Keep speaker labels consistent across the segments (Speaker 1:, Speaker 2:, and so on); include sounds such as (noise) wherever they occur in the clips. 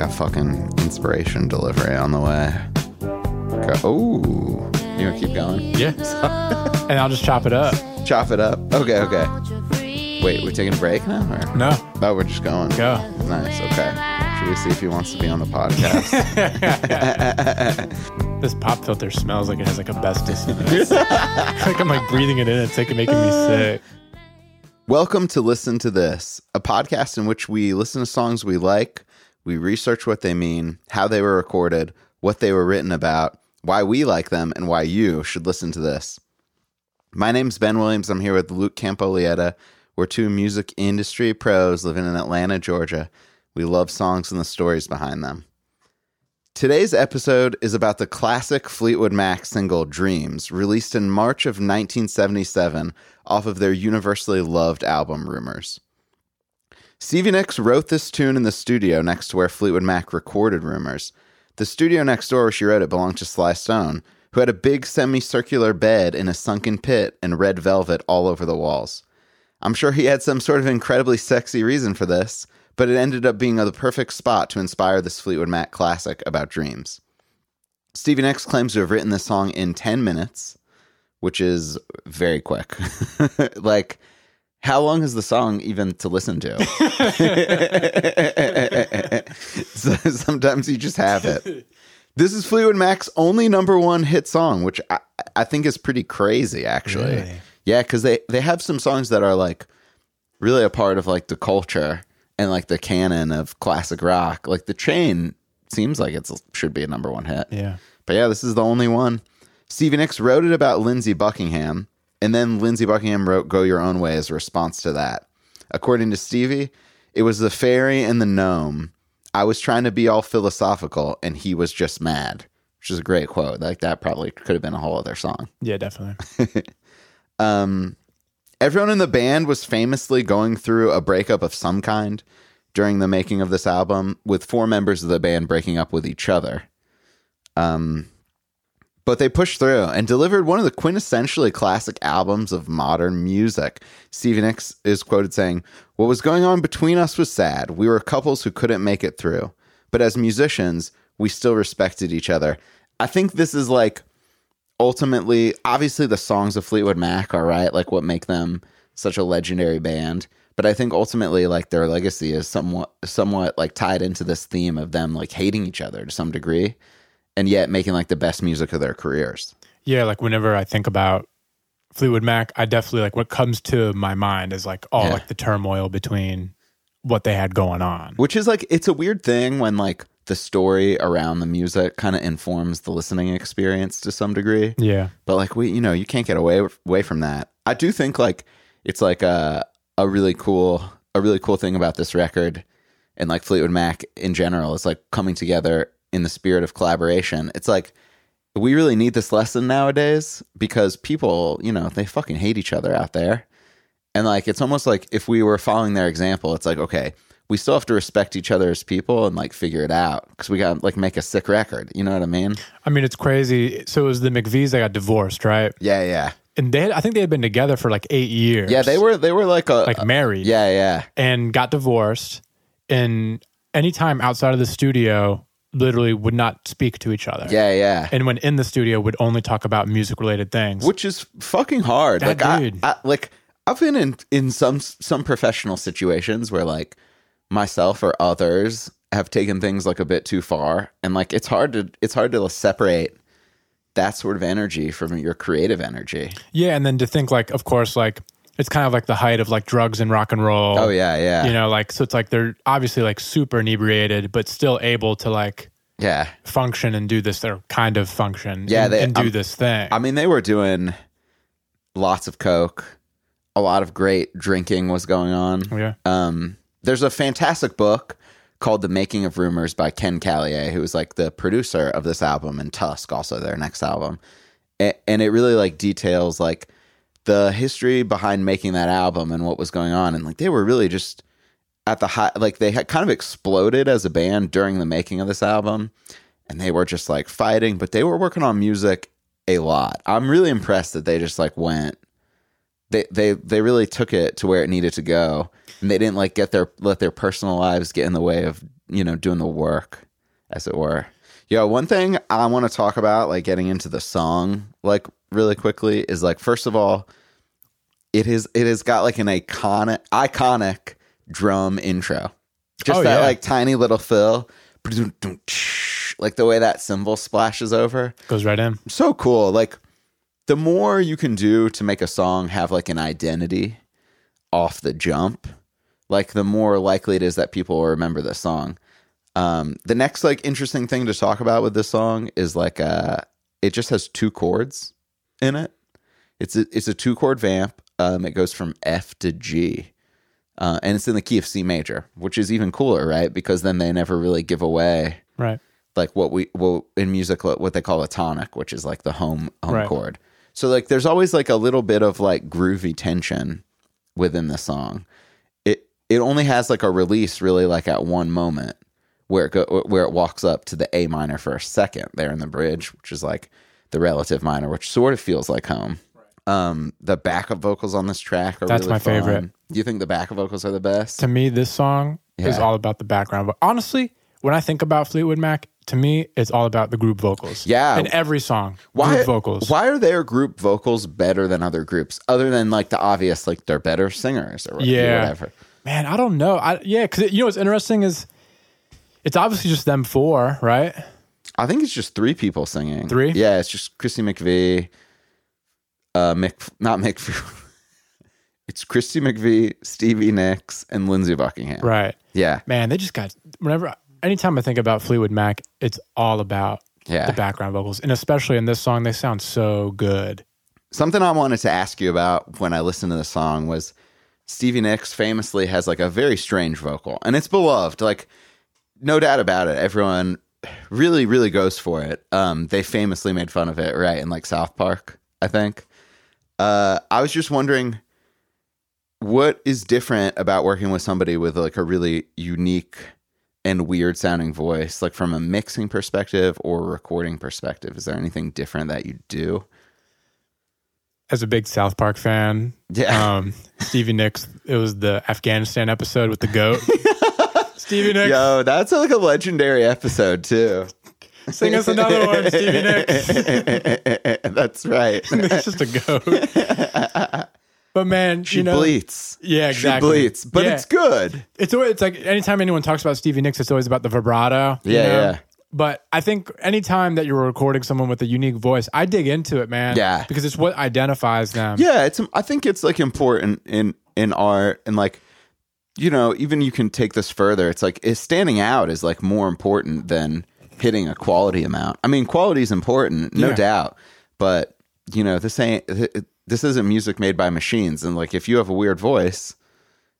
Speaker 1: a fucking inspiration delivery on the way. Go- Oh, you want to keep going?
Speaker 2: Yeah. (laughs) and I'll just chop it up.
Speaker 1: Chop it up. Okay, okay. Wait, we're taking a break now? Or?
Speaker 2: No.
Speaker 1: Oh, we're just going.
Speaker 2: Go.
Speaker 1: Nice. Okay. Should we see if he wants to be on the podcast?
Speaker 2: This pop filter smells like it has like asbestos in
Speaker 1: (laughs)
Speaker 2: it. like I'm like breathing it in. It's like making me sick.
Speaker 1: Welcome to Listen to This, a podcast in which we listen to songs we like, we research what they mean, how they were recorded, what they were written about, why we like them, and why you should listen to this. My name's Ben Williams. I'm here with Luke Campolietta. We're two music industry pros living in Atlanta, Georgia. We love songs and the stories behind them. Today's episode is about the classic Fleetwood Mac single Dreams, released in March of 1977 off of their universally loved album Rumors. Stevie Nicks wrote this tune in the studio next to where Fleetwood Mac recorded Rumors. The studio next door where she wrote it belonged to Sly Stone, who had a big semicircular bed in a sunken pit and red velvet all over the walls. I'm sure he had some sort of incredibly sexy reason for this, but it ended up being the perfect spot to inspire this Fleetwood Mac classic about dreams. Stevie Nicks claims to have written this song in 10 minutes, which is very quick. (laughs) like, how long is the song even to listen to? (laughs) so sometimes you just have it. This is Fleetwood Mac's only number one hit song, which I, I think is pretty crazy, actually.
Speaker 2: Really?
Speaker 1: Yeah, because they, they have some songs that are like really a part of like the culture and like the canon of classic rock. Like The Train seems like it should be a number one hit.
Speaker 2: Yeah.
Speaker 1: But yeah, this is the only one. Stevie Nicks wrote it about Lindsey Buckingham, and then Lindsey Buckingham wrote Go Your Own Way as a response to that. According to Stevie, it was the fairy and the gnome. I was trying to be all philosophical, and he was just mad, which is a great quote. Like, that probably could have been a whole other song.
Speaker 2: Yeah, definitely.
Speaker 1: Everyone in the band was famously going through a breakup of some kind during the making of this album, with four members of the band breaking up with each other. Um, but they pushed through and delivered one of the quintessentially classic albums of modern music. Stevie Nicks is quoted saying, What was going on between us was sad. We were couples who couldn't make it through. But as musicians, we still respected each other. I think this is like ultimately, obviously, the songs of Fleetwood Mac are right, like what make them such a legendary band. But I think ultimately, like their legacy is somewhat, somewhat like tied into this theme of them like hating each other to some degree, and yet making like the best music of their careers.
Speaker 2: Yeah, like whenever I think about Fleetwood Mac, I definitely like what comes to my mind is like all
Speaker 1: Yeah.
Speaker 2: like the turmoil between what they had going on.
Speaker 1: Which is like it's a weird thing when like the story around the music kind of informs the listening experience to some degree.
Speaker 2: Yeah.
Speaker 1: but like we you know you can't get away away from that i do think like it's like a a really cool a really cool thing about this record and like fleetwood mac in general is like coming together in the spirit of collaboration it's like we really need this lesson nowadays because people you know they fucking hate each other out there and like it's almost like if we were following their example it's like okay we still have to respect each other as people and like figure it out because we got to like make a sick record you know what i mean
Speaker 2: I mean, it's crazy. So it was the McVees that got divorced, right?
Speaker 1: yeah yeah
Speaker 2: And they had, I think they had been together for like eight years.
Speaker 1: yeah they were they were like a
Speaker 2: like married.
Speaker 1: Yeah, yeah.
Speaker 2: and got divorced and any time outside of the studio literally would not speak to each other
Speaker 1: Yeah, yeah.
Speaker 2: and when in the studio would only talk about music related things
Speaker 1: Which is fucking hard.
Speaker 2: That
Speaker 1: like I,
Speaker 2: dude.
Speaker 1: I like I've been in in some some professional situations where like myself or others have taken things like a bit too far and like it's hard to it's hard to separate that sort of energy from your creative energy.
Speaker 2: yeah and then to think like of course like it's kind of like the height of like drugs and rock and roll
Speaker 1: Oh yeah, yeah.
Speaker 2: you know like so it's like they're obviously like super inebriated but still able to like
Speaker 1: yeah.
Speaker 2: function and do this or kind of function
Speaker 1: Yeah,
Speaker 2: and,
Speaker 1: they-
Speaker 2: and do
Speaker 1: I'm-
Speaker 2: this thing
Speaker 1: I mean, they were doing lots of coke. A lot of great drinking was going on.
Speaker 2: yeah
Speaker 1: Um, there's a fantastic book called The Making of Rumors by Ken Callier, who was like the producer of this album and Tusk, also their next album. A- And it really like details like the history behind making that album and what was going on. And like they were really just at the high, like they had kind of exploded as a band during the making of this album. And they were just like fighting, but they were working on music a lot. I'm really impressed that they just like went they they they really took it to where it needed to go, and they didn't like get their let their personal lives get in the way of you know, doing the work, as it were. Yeah, one thing I want to talk about, like getting into the song, like really quickly, is like first of all, it is it has got like an iconic iconic drum intro. Just
Speaker 2: Oh,
Speaker 1: that
Speaker 2: yeah.
Speaker 1: like tiny little fill, like the way that cymbal splashes over
Speaker 2: Goes right in.
Speaker 1: so cool. Like the more you can do to make a song have like an identity off the jump, like the more likely it is that people will remember the song. Um, the next like interesting thing to talk about with this song is like uh it just has two chords in it. It's a it's a two chord vamp. Um, it goes from F to G. Uh, and it's in the key of C major, which is even cooler, right? Because then they never really give away
Speaker 2: Right.
Speaker 1: like what we well in music lo- what they call a tonic, which is like the home home
Speaker 2: Right.
Speaker 1: chord. So like there's always like a little bit of like groovy tension within the song. It it only has like a release really like at one moment where it go, where it walks up to the A minor for a second there in the bridge, which is like the relative minor, which sort of feels like home. Um, the backup vocals on this track are
Speaker 2: That's
Speaker 1: really
Speaker 2: my favorite.
Speaker 1: fun. Do you think the backup vocals are the best?
Speaker 2: To me, this song is
Speaker 1: Yeah.
Speaker 2: all about the background. But honestly, when I think about Fleetwood Mac, to me, it's all about the group vocals.
Speaker 1: Yeah.
Speaker 2: In every song, group vocals.
Speaker 1: Why are their group vocals better than other groups, other than like the obvious, like they're better singers or whatever?
Speaker 2: Yeah.
Speaker 1: whatever.
Speaker 2: Man, I don't know. I, yeah, because you know what's interesting is it's obviously just them four, right?
Speaker 1: I think it's just three people singing.
Speaker 2: Three?
Speaker 1: Yeah, it's just Christy McVie, uh, Mick, not Mick. (laughs) it's Christy McVie, Stevie Nicks, and Lindsey Buckingham.
Speaker 2: Right.
Speaker 1: Yeah,
Speaker 2: Man, they just got whenever anytime I think about Fleetwood Mac, it's all about
Speaker 1: yeah.
Speaker 2: the background vocals. And especially in this song, they sound so good.
Speaker 1: Something I wanted to ask you about when I listened to the song was Stevie Nicks famously has like a very strange vocal, and it's beloved. Like, no doubt about it. Everyone really, really goes for it. Um, they famously made fun of it, right? In like South Park, I think. Uh, I was just wondering what is different about working with somebody with like a really unique and weird sounding voice, like from a mixing perspective or recording perspective? Is there anything different that you do?
Speaker 2: As a big South Park fan,
Speaker 1: Yeah. (laughs)
Speaker 2: um, Stevie Nicks, it was the Afghanistan episode with
Speaker 1: (laughs)
Speaker 2: the goat. Stevie Nicks,
Speaker 1: Yo, that's like a legendary episode too.
Speaker 2: (laughs) sing us another one, Stevie Nicks.
Speaker 1: (laughs) that's right.
Speaker 2: (laughs) it's just a goat. (laughs) But man,
Speaker 1: She
Speaker 2: you know,
Speaker 1: bleats.
Speaker 2: yeah, exactly.
Speaker 1: She bleats, but
Speaker 2: Yeah.
Speaker 1: it's good.
Speaker 2: it's always, it's like anytime anyone talks about Stevie Nicks, it's always about the vibrato. you
Speaker 1: Yeah,
Speaker 2: know?
Speaker 1: yeah.
Speaker 2: But I think anytime that you're recording someone with a unique voice, I dig into it, man.
Speaker 1: Yeah.
Speaker 2: Because it's what identifies them.
Speaker 1: Yeah, it's. I think it's like important in in art and like, you know, even you can take this further. It's like is standing out is like more important than hitting a quality amount. I mean, quality is important, no
Speaker 2: Yeah.
Speaker 1: doubt, but you know, this ain't this isn't music made by machines. And like, if you have a weird voice,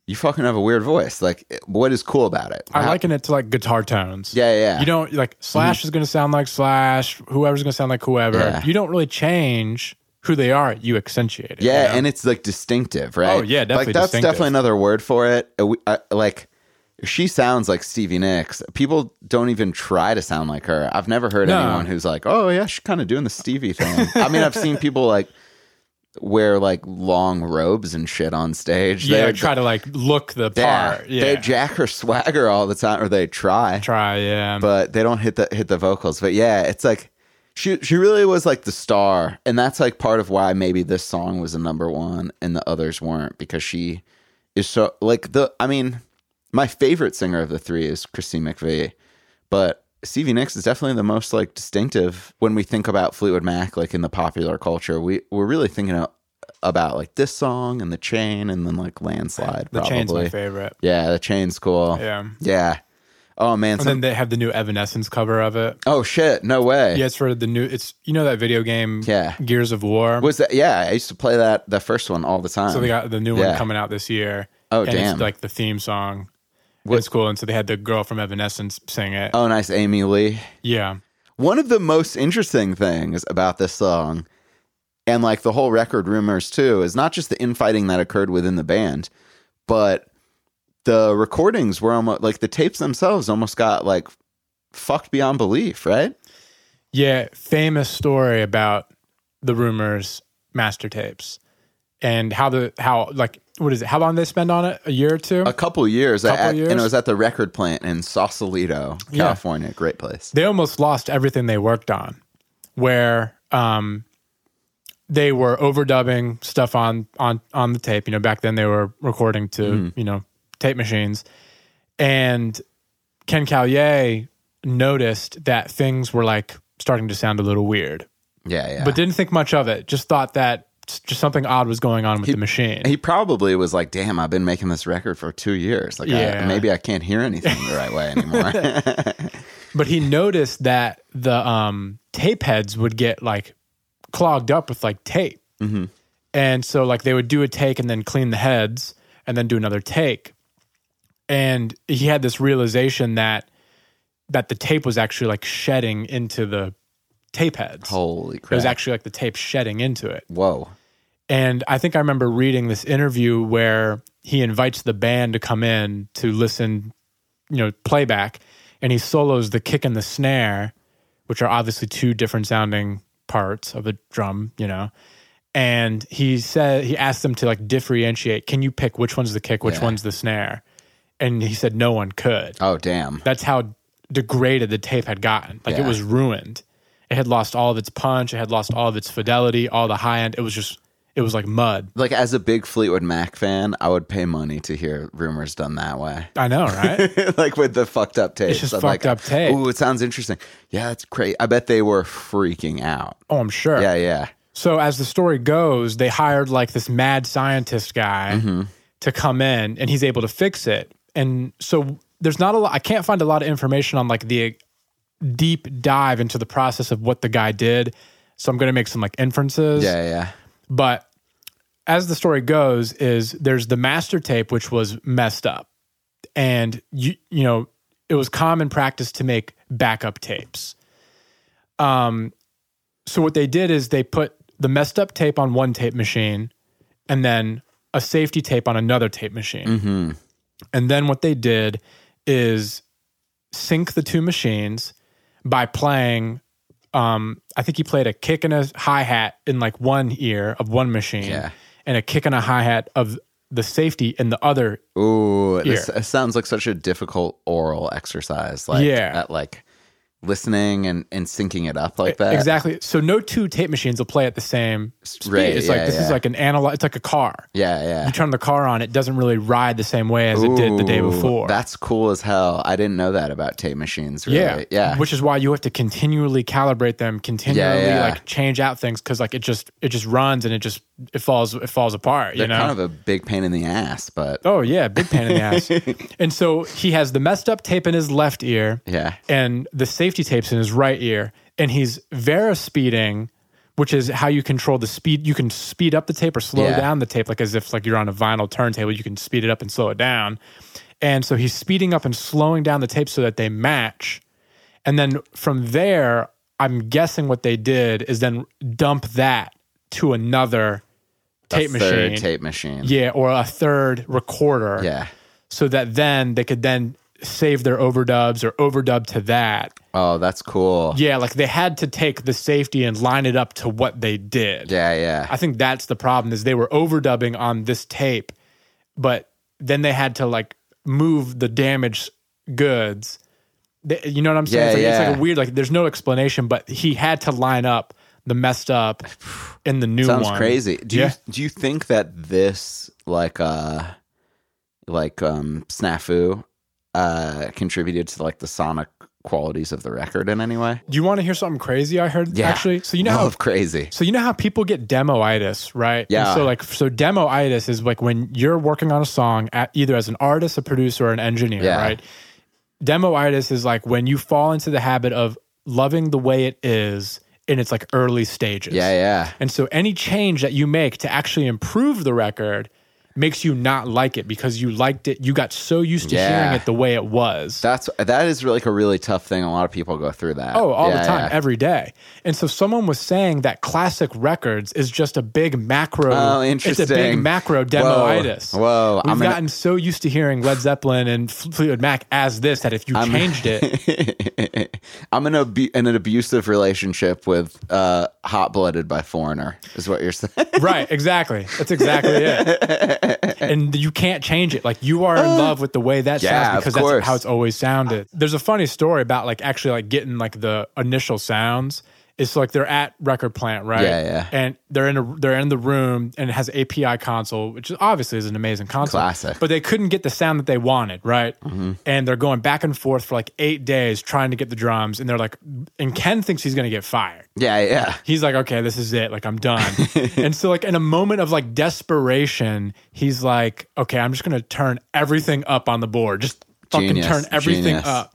Speaker 1: you fucking have a weird voice. Like, what is cool about it?
Speaker 2: I liken it to like guitar tones.
Speaker 1: Yeah, yeah, yeah.
Speaker 2: You don't like Slash is going to sound like Slash, whoever's going to sound like whoever.
Speaker 1: Yeah.
Speaker 2: You don't really change who they are, you accentuate it.
Speaker 1: Yeah,
Speaker 2: you know?
Speaker 1: and it's like distinctive, right?
Speaker 2: Oh, yeah, definitely
Speaker 1: Like that's
Speaker 2: distinctive.
Speaker 1: definitely another word for it. Uh, we- I- Like she sounds like Stevie Nicks. People don't even try to sound like her. I've never heard
Speaker 2: No.
Speaker 1: anyone who's like, "Oh yeah, she's kind of doing the Stevie thing." I mean, I've seen people like wear like long robes and shit on stage.
Speaker 2: yeah,
Speaker 1: They're-
Speaker 2: try to like look the
Speaker 1: yeah,
Speaker 2: part. Yeah.
Speaker 1: they jack her swagger all the time, or they try
Speaker 2: try, yeah.
Speaker 1: but they don't hit the hit the vocals. But yeah, it's like she she really was like the star, and that's like part of why maybe this song was a number one and the others weren't because she is so like the. I mean, my favorite singer of the three is Christine McVie, but Stevie Nicks is definitely the most like distinctive when we think about Fleetwood Mac, like in the popular culture. We we're really thinking a- about like this song and the chain, and then like landslide.
Speaker 2: the
Speaker 1: probably.
Speaker 2: chain's my favorite.
Speaker 1: Yeah, the chain's cool. Yeah.
Speaker 2: Yeah.
Speaker 1: Oh man,
Speaker 2: And
Speaker 1: some-
Speaker 2: then they have the new Evanescence cover of it.
Speaker 1: Oh shit! No way.
Speaker 2: Yeah, it's for the new. It's you know that video game,
Speaker 1: Yeah.
Speaker 2: Gears of War.
Speaker 1: Was that? Yeah, I used to play that the first one all the time.
Speaker 2: so they got the new
Speaker 1: Yeah.
Speaker 2: one coming out this year.
Speaker 1: Oh,
Speaker 2: and
Speaker 1: damn.
Speaker 2: It's like the theme song. It's cool, and so they had the girl from Evanescence sing it.
Speaker 1: oh, nice, Amy Lee.
Speaker 2: yeah,
Speaker 1: One of the most interesting things about this song, and like the whole record rumors too, is not just the infighting that occurred within the band, but the recordings were almost like the tapes themselves almost got like fucked beyond belief, right?
Speaker 2: yeah. Famous story about the rumors master tapes and how the how like what is it? How long they spend on it? A year or two?
Speaker 1: A couple years,
Speaker 2: Couple
Speaker 1: at, and
Speaker 2: years?
Speaker 1: it was at the record plant in Sausalito,
Speaker 2: Yeah.
Speaker 1: California. Great place.
Speaker 2: they almost lost everything they worked on, where um, they were overdubbing stuff on on on the tape. You know, back then they were recording to
Speaker 1: Mm.
Speaker 2: you know tape machines, and Ken Callier noticed that things were like starting to sound a little weird,
Speaker 1: Yeah, yeah.
Speaker 2: but didn't think much of it. Just thought that s- just something odd was going on with the machine.
Speaker 1: he probably was like, "Damn, I've been making this record for two years. Like, I,
Speaker 2: Yeah.
Speaker 1: maybe I can't hear anything the right way
Speaker 2: (laughs)
Speaker 1: anymore." (laughs)
Speaker 2: but he noticed that the um, tape heads would get like clogged up with like tape,
Speaker 1: Mm-hmm.
Speaker 2: and so like they would do a take and then clean the heads and then do another take, and he had this realization that that the tape was actually like shedding into the tape heads.
Speaker 1: Holy
Speaker 2: it
Speaker 1: crap!
Speaker 2: was actually like the tape shedding into it.
Speaker 1: Whoa.
Speaker 2: And I think I remember reading this interview where he invites the band to come in to listen, you know, playback, and he solos the kick and the snare, which are obviously two different sounding parts of a drum, you know. And he said he asked them to like differentiate, can you pick which one's the kick, which
Speaker 1: Yeah.
Speaker 2: one's the snare? And he said no one could.
Speaker 1: Oh, damn.
Speaker 2: That's how degraded the tape had gotten. Like
Speaker 1: Yeah.
Speaker 2: it was ruined. It had lost all of its punch. It had lost all of its fidelity, all the high end. It was just, it was like mud.
Speaker 1: Like, as a big Fleetwood Mac fan, I would pay money to hear rumors done that way. (laughs)
Speaker 2: I know, right?
Speaker 1: like with the fucked up tapes.
Speaker 2: just
Speaker 1: I'm
Speaker 2: fucked
Speaker 1: like,
Speaker 2: up tape.
Speaker 1: Ooh, it sounds interesting. Yeah, that's great. I bet they were freaking out.
Speaker 2: (laughs) oh, I'm sure.
Speaker 1: Yeah, yeah.
Speaker 2: So as the story goes, they hired like this mad scientist guy to come in, and he's able to fix it. And so there's not a lot. I can't find a lot of information on like the deep dive into the process of what the guy did. So I'm going to make some like inferences.
Speaker 1: Yeah, yeah.
Speaker 2: But as the story goes, is there's the master tape which was messed up, and you you know it was common practice to make backup tapes. Um, so what they did is they put the messed up tape on one tape machine, and then a safety tape on another tape machine.
Speaker 1: hmm
Speaker 2: And then what they did is sync the two machines by playing. Um, I think he played a kick and a hi hat in like one ear of one machine,
Speaker 1: Yeah.
Speaker 2: and a kick and a hi hat of the safety in the other.
Speaker 1: Ooh, this
Speaker 2: Here.
Speaker 1: this sounds like such a difficult oral exercise. Like,
Speaker 2: Yeah. E,
Speaker 1: at, like listening and, and syncing it up like that.
Speaker 2: Exactly. So no two tape machines will play at the same speed.
Speaker 1: Right,
Speaker 2: it's like
Speaker 1: yeah,
Speaker 2: this is
Speaker 1: yeah.
Speaker 2: like an analog. It's like a car.
Speaker 1: Yeah, yeah.
Speaker 2: You turn the car on, it doesn't really ride the same way as it did the day
Speaker 1: Ooh,
Speaker 2: before.
Speaker 1: That's cool as hell. I didn't know that about tape machines. Really.
Speaker 2: Yeah.
Speaker 1: Yeah, yeah.
Speaker 2: Which is why you have to continually calibrate them, continually
Speaker 1: yeah.
Speaker 2: like change out things because like it just it just runs and it just it falls it falls apart. you
Speaker 1: They're
Speaker 2: know.
Speaker 1: kind of a big pain in the ass, but
Speaker 2: oh yeah, big pain in
Speaker 1: (laughs)
Speaker 2: the ass. And so he has the messed up tape in his left ear
Speaker 1: yeah.
Speaker 2: and the safety tapes in his right ear, and he's vera speeding. Which is how you control the speed. You can speed up the tape or slow
Speaker 1: Yeah.
Speaker 2: down the tape, like as if like you're on a vinyl turntable. You can speed it up and slow it down. And so he's speeding up and slowing down the tape so that they match. And then from there, I'm guessing what they did is then dump that to another tape
Speaker 1: a third
Speaker 2: machine.
Speaker 1: Tape machine.
Speaker 2: Yeah, or a third recorder.
Speaker 1: Yeah.
Speaker 2: So that then they could then save their overdubs or overdub to that.
Speaker 1: Oh, that's cool.
Speaker 2: Yeah, like they had to take the safety and line it up to what they did.
Speaker 1: Yeah, yeah.
Speaker 2: I think that's the problem is they were overdubbing on this tape, but then they had to like move the damaged goods. They- you know what I'm saying?
Speaker 1: Yeah,
Speaker 2: it's, like, it's like
Speaker 1: yeah.
Speaker 2: a weird like there's no explanation, but he had to line up the messed up in the new
Speaker 1: Sounds
Speaker 2: one.
Speaker 1: crazy. Do
Speaker 2: Yeah.
Speaker 1: you do you think that this like uh like um snafu uh contributed to like the sonic qualities of the record in any way?
Speaker 2: Do you want to hear something crazy? I heard
Speaker 1: Yeah.
Speaker 2: actually. So you know how
Speaker 1: Love
Speaker 2: (laughs)
Speaker 1: crazy.
Speaker 2: So you know how people get demoitis, right? And
Speaker 1: Yeah.
Speaker 2: so like so demoitis is like when you're working on a song at, either as an artist, a producer, or an engineer,
Speaker 1: Yeah.
Speaker 2: right? Demoitis is like when you fall into the habit of loving the way it is in its like early stages.
Speaker 1: Yeah, yeah.
Speaker 2: And so any change that you make to actually improve the record makes you not like it because you liked it, you got so used to
Speaker 1: Yeah.
Speaker 2: hearing it the way it was.
Speaker 1: That's that is like a really tough thing. A lot of people go through that.
Speaker 2: Oh, all
Speaker 1: Yeah,
Speaker 2: the time,
Speaker 1: yeah.
Speaker 2: every day. And so someone was saying that classic records is just a big macro.
Speaker 1: Oh,
Speaker 2: It's a big
Speaker 1: interesting.
Speaker 2: macro demoitis.
Speaker 1: Whoa, whoa,
Speaker 2: We've
Speaker 1: I'm gonna-
Speaker 2: gotten so used to hearing Led Zeppelin and Fleetwood Mac as this that if you changed it,
Speaker 1: (laughs) I'm in, a, bu- in an abusive relationship with uh, Hot Blooded by Foreigner, is what you're saying.
Speaker 2: right? Exactly. That's exactly it.
Speaker 1: (laughs)
Speaker 2: and you can't change it. Like you are in love with the way that
Speaker 1: Uh, Yeah,
Speaker 2: sounds
Speaker 1: of
Speaker 2: because
Speaker 1: course. Uh,
Speaker 2: that's how it's always sounded. There's a funny story about like actually like getting like the initial sounds. It's like they're at record plant, right?
Speaker 1: Yeah, yeah.
Speaker 2: And they're in a they're in the room and it has API console, which is obviously is an amazing console.
Speaker 1: Classic. Mm-hmm.
Speaker 2: But they couldn't get the sound that they wanted, right? And they're going back and forth for like eight days trying to get the drums, and they're like, and Ken thinks he's gonna get fired
Speaker 1: Yeah, yeah.
Speaker 2: he's like, okay, this is it. Like,
Speaker 1: (laughs)
Speaker 2: I'm done. and so, like, in a moment of like desperation, he's like, okay, I'm just going to turn everything up on the board. Just fucking
Speaker 1: Genius,
Speaker 2: turn everything
Speaker 1: genius.
Speaker 2: up.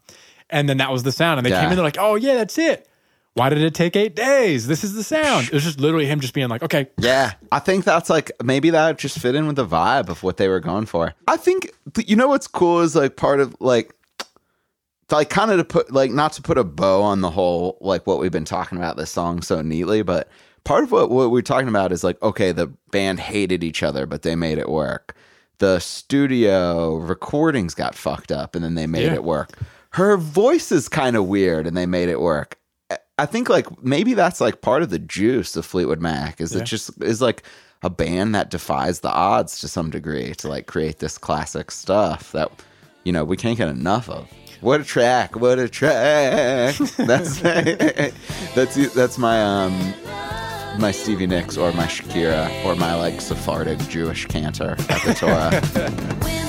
Speaker 2: And then that was the sound. And they
Speaker 1: Yeah.
Speaker 2: came in, they're like, oh, yeah, that's it. Why did it take eight days? This is the sound. It was just literally him just being like, okay,
Speaker 1: Yeah, I think that's like maybe that would just fit in with the vibe of what they were going for. I think but you know what's cool is like part of like it's, like kind of to put like not to put a bow on the whole like what we've been talking about this song so neatly, but part of what what we're talking about is like okay, the band hated each other, but they made it work. The studio recordings got fucked up, and then they made
Speaker 2: Yeah.
Speaker 1: it work. Her voice is kind of weird, and they made it work. I- I think like maybe that's like part of the juice of Fleetwood Mac is it just is like a band that defies the odds to some degree to like create this classic stuff that you know we can't get enough of. What a track! What a track! (laughs) That's that's that's my um my Stevie Nicks or my Shakira or my like Sephardic Jewish cantor at the Torah.
Speaker 3: When